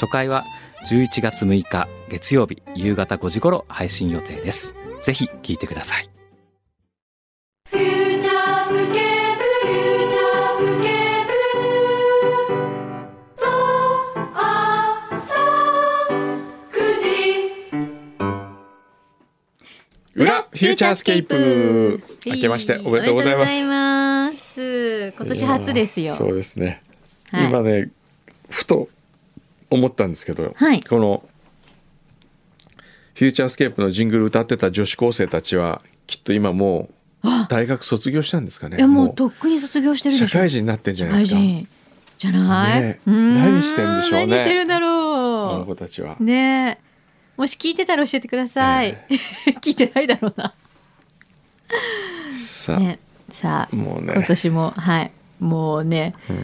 初回は11月6日月曜日夕方5時頃配信予定ですぜひ聞いてくださいフューチャースケープフューチャースケープと朝9時裏フューチャースケープ明けましておめでとうございますます今年初ですいやよーそうですね、はい今ねふと思ったんですけど、はいこのフューチャースケープのジングル歌ってた女子高生たちはきっと今もう大学卒業したんですかねいやもうとっくに卒業してるでし社ょ会人になってんじゃないで社会すか人じゃない、ねうーん何してんでしょうね何してるだあのろ子たちはうねえもし聞いてたら教えてください、 聞いてないだろうな、さあ、ね、さあもうね今年もはいもうね、今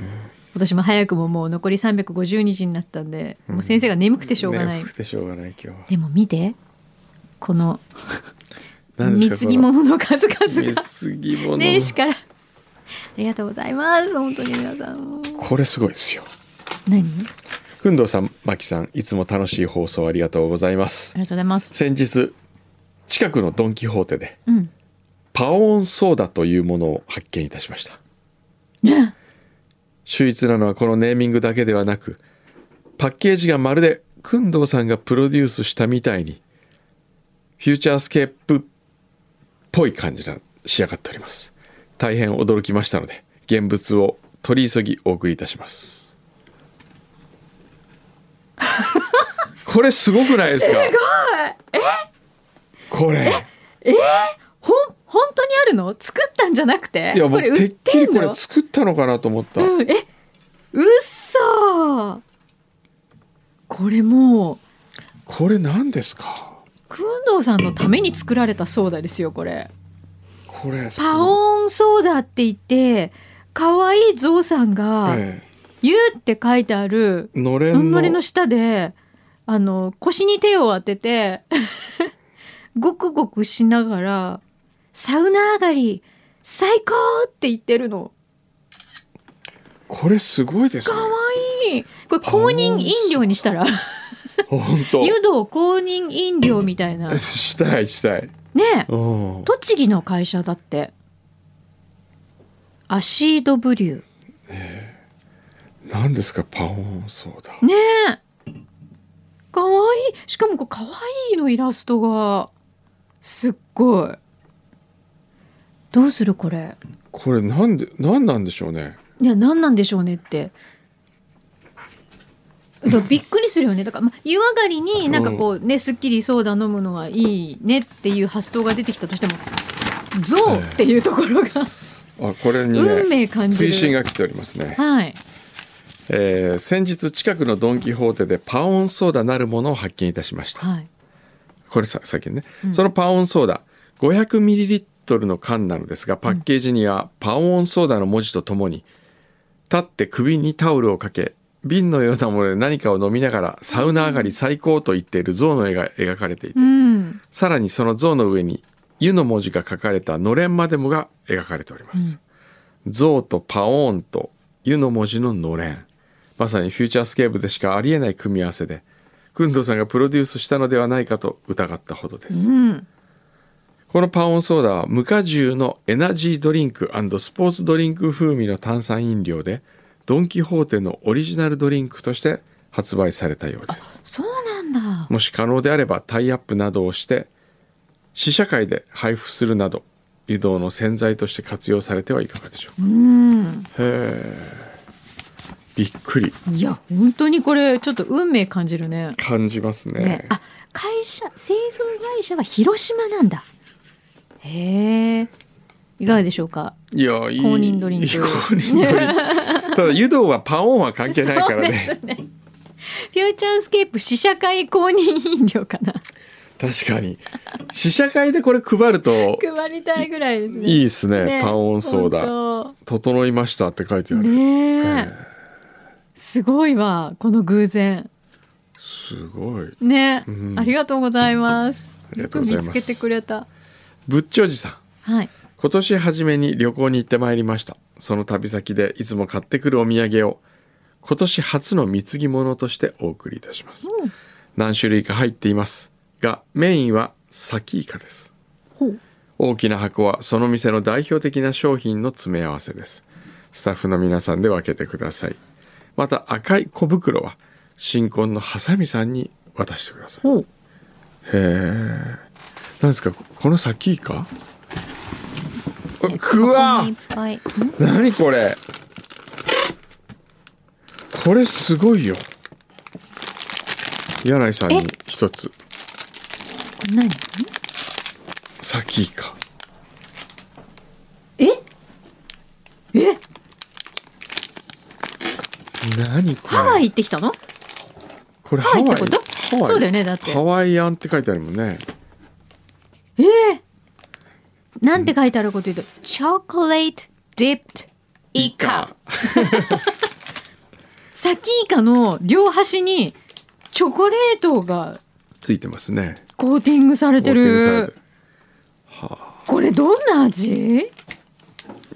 年も早くももう残り350日になったんで、もう先生が眠くてしょうがない、ねふてしょうがない今日はでも見てこの何ですか貢ぎ物の数々が貢ぎ物年始から。ありがとうございます。本当に皆さん。これすごいですよ何？くんどうさんまきさんいつも楽しい放送ありがとうございますありがとうございます。先日近くのドン・キホーテでうん。パオンソーダというものを発見いたしましたね、秀逸なのはこのネーミングだけではなくパッケージがまるで工藤さんがプロデュースしたみたいにフューチャースケープっぽい感じな仕上がっております大変驚きましたので現物を取り急ぎお送りいたします これすごくないですかすごいえこれほん本当にあるの？作ったんじゃなくて？いやこ僕れて売っっきてりんこれの？作ったのかなと思った、うん。え、嘘。これもうこれ何ですかくんどうさんのために作られたソーダですよ。これ。これすパオンソーダって言って。可愛いゾウさんがえ「ゆ」うって書いてあるえのれあんんまのりの下であの腰に手を当てて ごくごくしながら「サウナ上がり最高!」って言ってるのこれすごいですねいいこれ公認飲料にしたら本当湯道公認飲料みたいなしたいしたいねえうん栃木の会社だってアシードブリュ何ですかパオンソーダーねえかわいいしかもこれかわいいのイラストがすっごいどうするこれこれなんで何なんでしょうねいや何なんでしょうねってだからびっくりするよねだから、まあ、湯上がりになんかこうねすっきりソーダ飲むのはいいねっていう発想が出てきたとしても「ゾウ」っていうところがあこれに運ね命感じ追る伸が来ておりますね、はいえー先日近くのドン・キホーテでパオンソーダなるものを発見いたしましたはいこれさ先にね、そのパオンソーダ 500ml の缶なのですがパッケージにはパオンソーダの文字とともに立って首にタオルをかけ瓶のようなもので何かを飲みながらサウナ上がり最高と言っている象の絵が描かれていて、うんさらにその像の上に「湯」の文字が書かれたのれんまでもが描かれております。像とパオーンと「湯」の文字ののれんまさにフューチャースケープでしかありえない組み合わせで工藤さんがプロデュースしたのではないかと疑ったほどです。うんこのパオンソーダは無果汁のエナジードリンクスポーツドリンク風味の炭酸飲料でドン・キホーテのオリジナルドリンクとして発売されたようです。そうなんだもし可能であればタイアップなどをして試写会で配布するなど湯道の洗剤として活用されてはいかがでしょうかうんびっくりいや本当にこれちょっと運命感じるね感じますねねあ会社製造会社は広島なんだへえいかがでしょうかいやいい公認ドリンクいい公認ドリンクただ湯道はパオンは関係ないからねフュフューチャースケープ試写会公認飲料かな 確かに試写会でこれ配ると配りたいぐらいですねいいですねねパンオンソーダほん「整いました」って書いてあとる、ねえすごいわこの偶然すごいね、うんありがとうございますありがとうございますよく見つけてくれたぶっちょじさんはい今年初めに旅行に行ってまいりましたその旅先でいつも買ってくるお土産を今年初の貢ぎ物としてお送りいたしますうん何種類か入っていますがメインはサキイカですほう大きな箱はその店の代表的な商品の詰め合わせですスタッフの皆さんで分けてくださいまた赤い小袋は新婚のハサミさんに渡してくださいへほうえ何ですかここのサキイカうくわいっぱいん何これこれすごいよ柳井さんに一つ何サキイカええ何これハワイ行ってきたのこれハワイってハことワイそうだよねだってハワイアンって書いてあるもんねええなんて書いてあること言うとチョコレートディップイカサキイカの両端にチョコレートがついてますねコーティングされてコーティングされるてこれどんな味る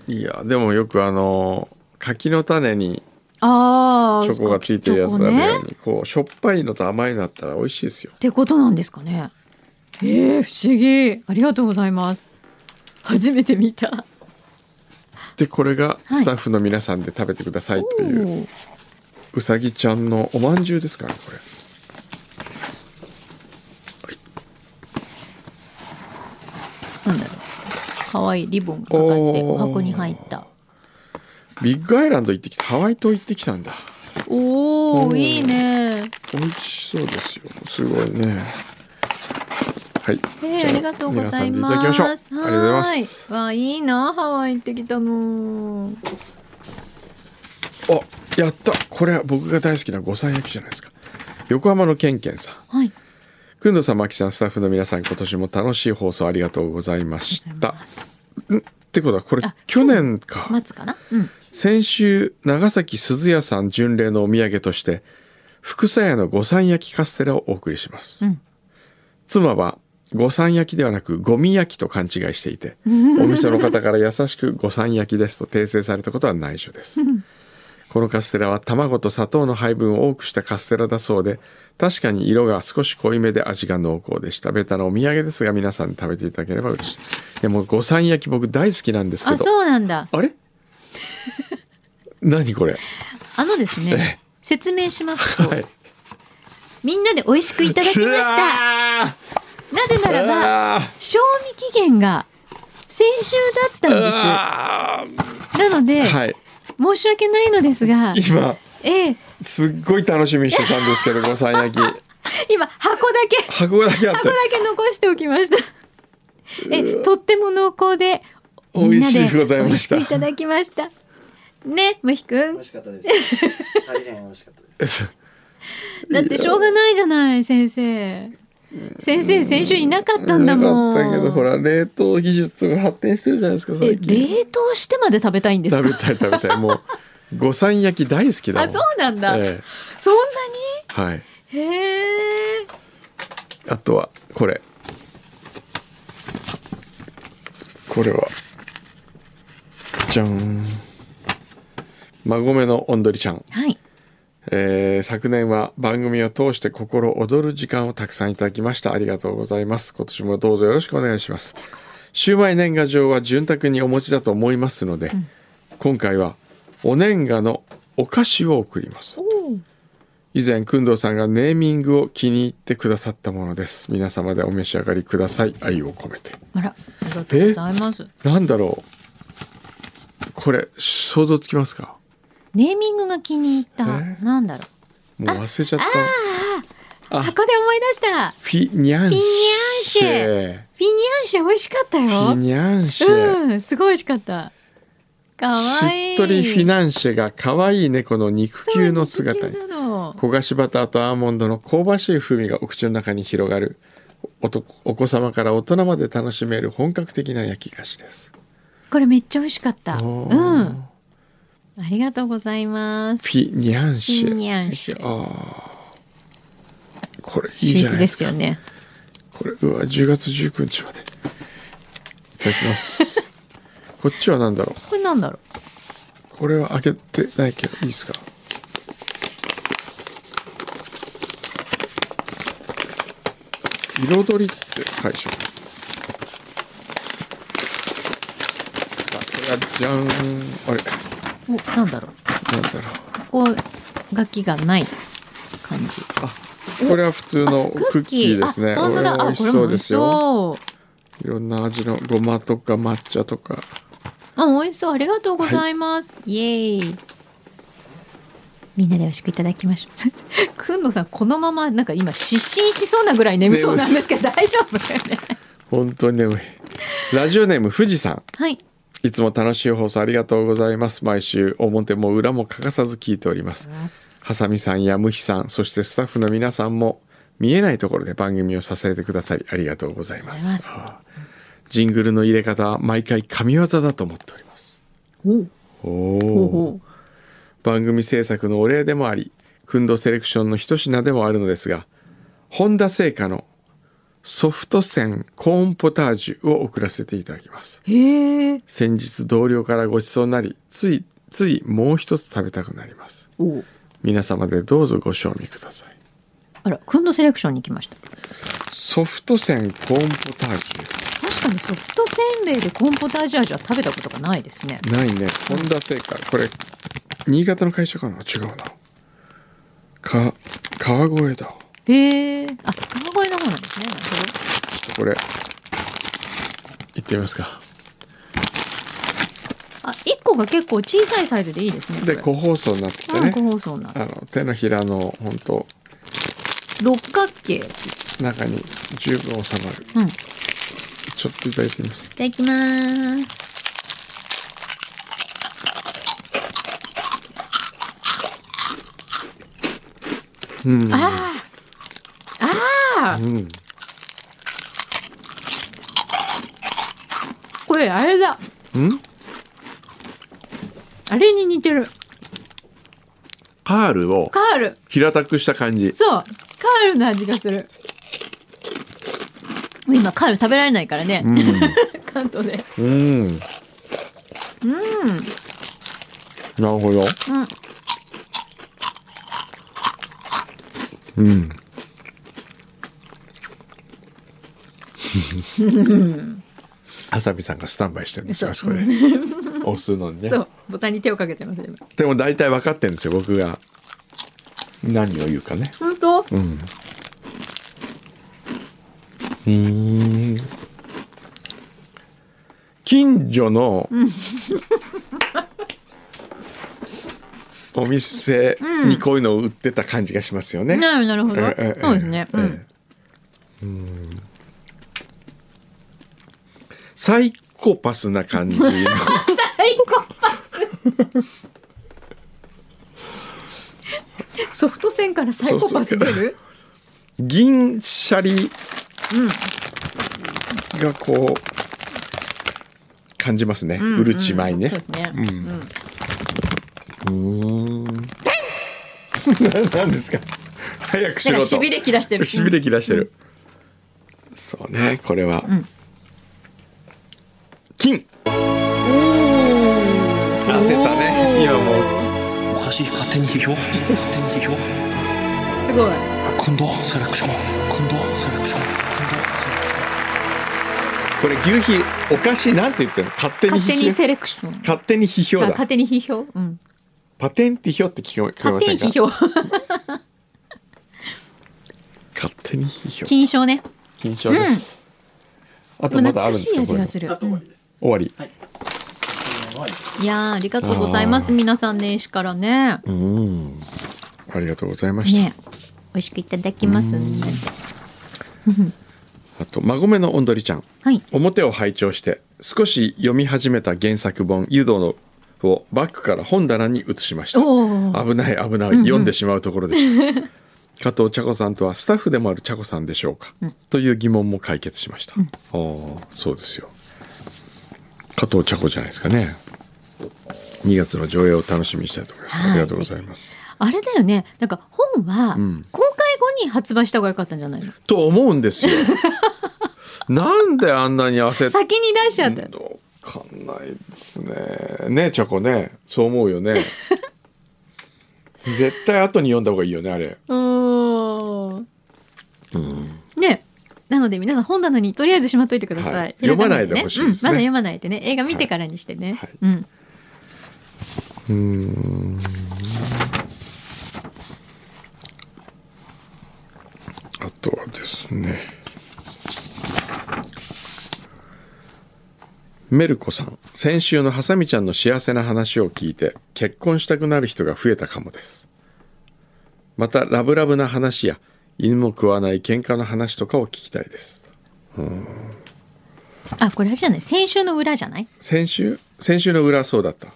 いやでもよくあの柿の種にああチョコがついてるやつあるチョコよねうに、こうしょっぱいのと甘いのあったら美味しいですよってことなんですかねえー、不思議ありがとうございます初めて見たでこれがはいスタッフの皆さんで食べてくださいとおいう、ーうさぎちゃんのおまんじゅうですからこれなんだろう可愛いリボンがかかっておー箱に入ったビッグアイランド行ってきたハワイ島行ってきたんだおおいいね美味しそうですよすごいねはい、えじー、ゃありがとうござ皆さいんでいただきまましすょうありがとうございますはーいわあいいなハワイ行ってきたのあやったこれは僕が大好きな五三焼きじゃないですか横浜のけんけんさんはいくんどさんまきさんスタッフの皆さん今年も楽しい放送ありがとうございましありがとうございたますんってことはこれあ去年か、待つかなうん先週長崎鈴屋さん巡礼のお土産として福さ屋の五三焼きカステラをお送りします、うん妻は五三焼きではなくゴミ焼きと勘違いしていてお店の方から優しく五三焼きですと訂正されたことは内緒ですこのカステラは卵と砂糖の配分を多くしたカステラだそうで確かに色が少し濃いめで味が濃厚でしたベタなお土産ですが皆さんに食べていただければ嬉しいでも五三焼き僕大好きなんですけあどそうなんだあれ何これあのですえね説明しますと、はいみんなで美味しくいただきましたたなぜならば賞味期限が先週だったんですなので、はい申し訳ないのですが今ええすっごい楽しみにしてたんですけど五三焼 き今箱だけ箱だけあっ箱だてけ残しておきましたえとっても濃厚でみん美な味でしいございました美味しくいただきましたねむひくん美味しかったです。大変美味しかったです。だってしょうがないじゃない先生先生先週いなかったんだもんなかったけどほら冷凍技術とか発展してるじゃないですかえ最近冷凍してまで食べたいんです食かべたい食べたいもう五三焼き大好きだもんあそうなんだ、えそんなえはいにへえあとはこれこれはじゃん孫めのおんどりちゃん、はいえー昨年は番組を通して心躍る時間をたくさんいただきましたありがとうございます今年もどうぞよろしくお願いしますシューマイ年賀状は潤沢にお持ちだと思いますので、今回はお年賀のお菓子を送ります以前工藤さんがネーミングを気に入ってくださったものです皆様でお召し上がりください愛を込めてあらありがとうございますなんだろうこれ想像つきますかネーミングが気に入ったえなんだろもう忘れちゃったうあ箱で思い出したフフィニャンシェィニャンシェ美味しかったよフィニャンシェうん、すごい美味しかった。かわいしい。っとりフィナンシェが可愛い猫の肉球の姿にそう肉球なの焦がしバターとアーモンドの香ばしい風味がお口の中に広がるおとお子様から大人まで楽しめる本格的な焼き菓子ですこれめっちゃ美味しかったおうーんありがとうございますフィニャンシェフィニャンシェあーこれいい秀じゃな逸いでですすかよねこれうわ10月19日までいただきます こっちは何だろうこれなんだろこれは開けてないけどいいですか彩りって解釈さあこれはじゃんあれうおなんだろうなんだろここガキがない感じうこれは普通のクッキーですねあ本当だこれあは美味これしそもう美で味すしよそういろんな味のごまとか抹茶とかあ美味しそうありがとうございます、イエーイみんなで美味しくいただきましょう くんのさんこのままなんか今失神しそうなぐらい眠そうなんですけど大丈夫 だよね本当に眠いラジオネーム富士山はいいつも楽しい放送ありがとうございます。毎週表も裏も欠かさず聞いております。ハサミさんやムヒさん、そしてスタッフの皆さんも見えないところで番組を支えてくださりありがとうございます。ありがとうごああジングルの入れ方は毎回神業だと思っております。おおほうお。ほ番組制作のお礼でもありくんどセレクションの一品でもあるのですがホンダ製菓のソフトセンコーンポタージュを送らせていただきますうへえ先日同僚からご馳走になりついついもう一つ食べたくなりますお皆様でどうぞご賞味くださいあらくんのセレクションに来ましたソフトセンコーンポタージュ確かにソフトせんべいでコーンポタージュ味は食べたことがないですねないねホンダ製菓これ新潟の会社かな違うなか川越だへえあ川越の方なんですねなるほどこれ行ってみますかあ一個が結構小さいサイズでいいですねでこ個包装になってきれてうんね個包装なあの手のひらの本当六角形中に十分収まるうんいちょっといただいてみますただきますうんあーあーうんこれあれだうんあれに似てるカールをカール平たくした感じそうカールの味がするもう今カール食べられないからね、 関東でうんうんなるほどうん、うん、 ハサミさんがスタンバイしてるんですよあそこで押すのにねそうボタンに手をかけてます今でも大体分かってるんですよ僕が何を言うかね本当近所のお店にこういうのを売ってた感じがしますよね、なるなるほどええええそうですねうんええサイコパスな感じの最高パス ソフト線からサイコパス出る銀シャリがこう感じますね、うるち米ね、そうですね、何ですか早くしなろんかとしびれ切らしてるしびれ切らしてる、そうねこれは、金当てたね今もうおかしい勝手に批評勝手に批う評んすごい近藤セレクション近藤セレクション近藤セレクションこれ牛皮お菓子なんて言ってるの勝手に勝手に批評セレクション勝手に批評あだ勝手に批評、うん、パテンティ評って聞こえ聞こえま勝手せにんか批評 勝手に批評金賞ね緊張です、あとま懐だあるかんでしすいか味がこする、あと終わりです。はれも終わりい。終わりです。いやーありがとうございます皆さん年始からねうんありがとうございました、ね美味しくいただきますみんなであと「馬込のおんどりちゃん」はい表を拝聴して少し読み始めた原作本「湯道のをバッグから本棚に移しましたおー危ない危ない読んでしまうところでした、 加藤茶子さんとはスタッフでもある茶子さんでしょうか、という疑問も解決しました、ああそうですよ加藤茶子じゃないですかね2月の上映を楽しみにしたいと思います、はいありがとうございますあれだよねなんか本はん公開後に発売した方が良かったんじゃないの、と思うんです よなんであんなに焦って先に出しちゃったわかんないですね。ねえ、チョコね。そう思うよ ね。絶対後に読んだ方がいいよね、あれ。おーねなので皆さん本棚にとりあえずしまっといてください、はいひらがなに読まないでほしいですねうん、まだ読まないでね映画見てからにしてね、はいうんあとはですね。メルコさん。先週のハサミちゃんの幸せな話を聞いて、結婚したくなる人が増えたかもです。また、ラブラブな話や、犬も食わない喧嘩の話とかを聞きたいです。あこれあれじゃない先週の裏じゃない先週先週の裏はそうだった。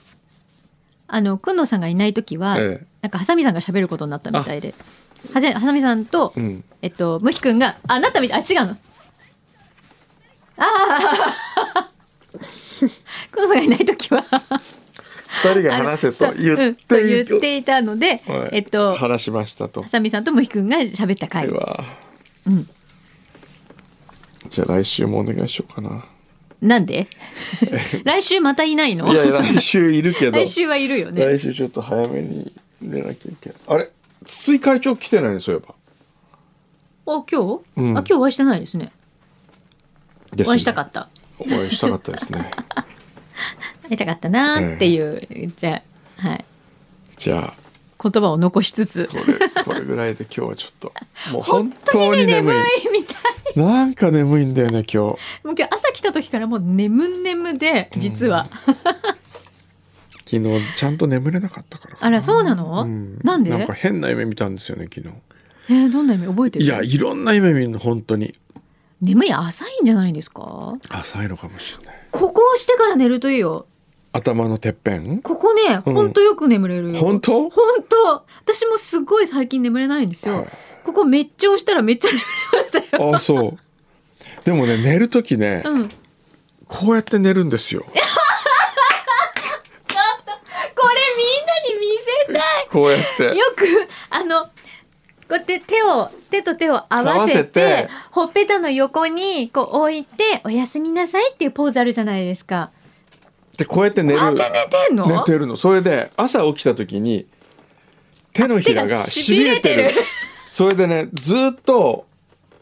あのくんのさんがいない時は、ええなんかハサミさんが喋ることになったみたいではぜハサミさんと、んえっとムヒくんがあなたみたいあ違うの ああくんのさんがいない時は二人があの話せとそう言うんってそう言っていたので、はいえっとハ話しましたと。サミさんとムヒくんが喋ったで回は、んじゃあ来週もお願いしようかな。なんで 来週またいないのいやいや来週いるけど、来週はいるよね来週ちょっと早めに出なきゃいけない。あれ筒井会長来てないねそういえば。あ今日、うんあ今日お会いしてないですねでお会いしたかったお会いしたかったです ね。会いたかったなーっていう、じゃあはいじゃあ言葉を残しつつこれこれぐらいで今日はちょっともう本当に眠い。みたいなんか眠いんだよね今日。もう今日朝来た時からもう眠眠で実は、昨日ちゃんと眠れなかったから。あらそうなの、うんなんでなんか変な夢見たんですよね昨日。えーどんな夢覚えてるいやいろんな夢見るの本当に眠り浅いんじゃないんですかこ浅いのかもしれないこをしてから寝るといいよ頭のてっぺ んここね、うんほんとよく眠れるよ本当ほんと私もすごい最近眠れないんですよ、はいここめっちゃ押したらめっちゃ眠れましたよあそうでもね寝る時ね、 うん、ここうやって寝るんですよれみんなに見せたいこうやってよくあのこうやって手を手と手を合わせて合わせてほっぺたの横にこう置いて「おやすみなさい」っていうポーズあるじゃないですか。でこうやって寝るあんた寝てんの寝てるのそれで朝起きた時に手のひらがあ手がしびれてる痺れてる それでねずっと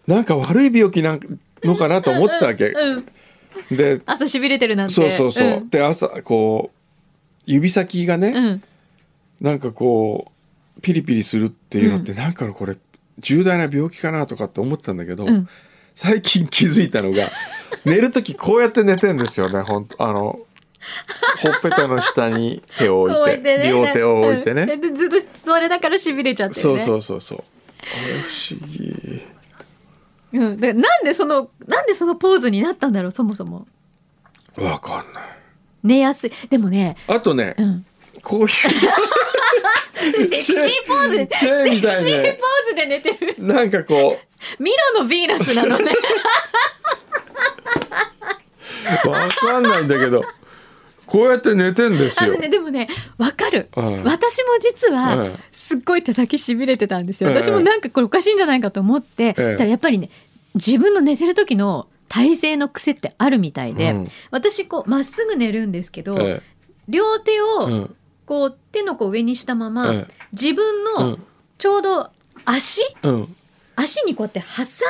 なんか悪い病気なんのかなと思ってたわけ、うん、で朝しびれてるなんてそうそうそう、んで朝こう指先がね、うんなんかこうピリピリするっていうのって、なんかこれ重大な病気かなとかって思ってたんだけど、ん最近気づいたの が寝る時こうやって寝てんですよねほんとあのほっぺたの下に手を置いこうて置いてね両手を置いてね、うんでずっとそれだからしびれちゃってるそねうそうそうそうあれ不思議うん、だからなんでそのなんでそのポーズになったんだろうそもそもわかんない寝やすいでもね、あとね、うん、こういうセクシーポーズでチェーンセみクたいシーポーねズで寝てるなんかこミロのヴィーナスな のねうわかんないんだけどこうやって寝てんですあよのねでもねわかる、うん私も実は、うんすっごい手先しびれてたんですよ、ええ私もなんかこれおかしいんじゃないかと思っえて、えそしたらやっぱりね自分の寝てる時の体勢の癖ってあるみたいで、うん私こうまっすぐ寝るんですけど、え両手えうをんこう手の甲を上にしたまま、ええ自分うのんちょうど足うん足にこうやって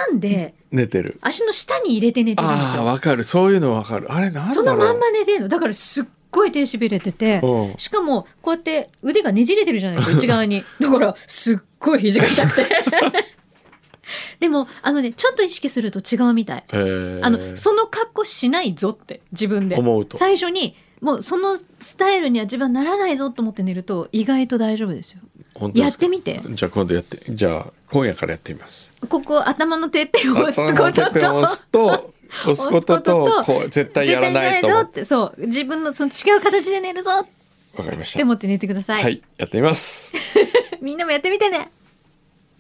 挟んで寝てる足の下に入れて寝てるんですああよ。わかるそういうのわかるあれなんだろうそのまんま寝てんのだからすっごい手しびれててうんしかもこうやって腕がねじれてるじゃないですか内側にだからすっごい肘が痛く てでもあのねちょっと意識すると違うみたいえーあのその格好しないぞって自分で思うと最初にもうそのスタイルには自分はならないぞと思って寝ると意外と大丈夫ですよ本当やでっすかてみてじゃあ今度やってじゃあ今夜からやってみますここ頭のてっぺんを 押す頭このとてっぺんをと押すと 押すことと押すこととこう絶対やらないと思絶対うぞってそう自分のその違う形で寝るぞっわかりまし手た持って寝てください、はいやってみますみんなもやってみてね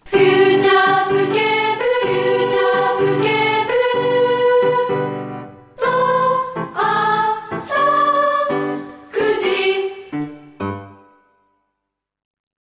フューチャースケ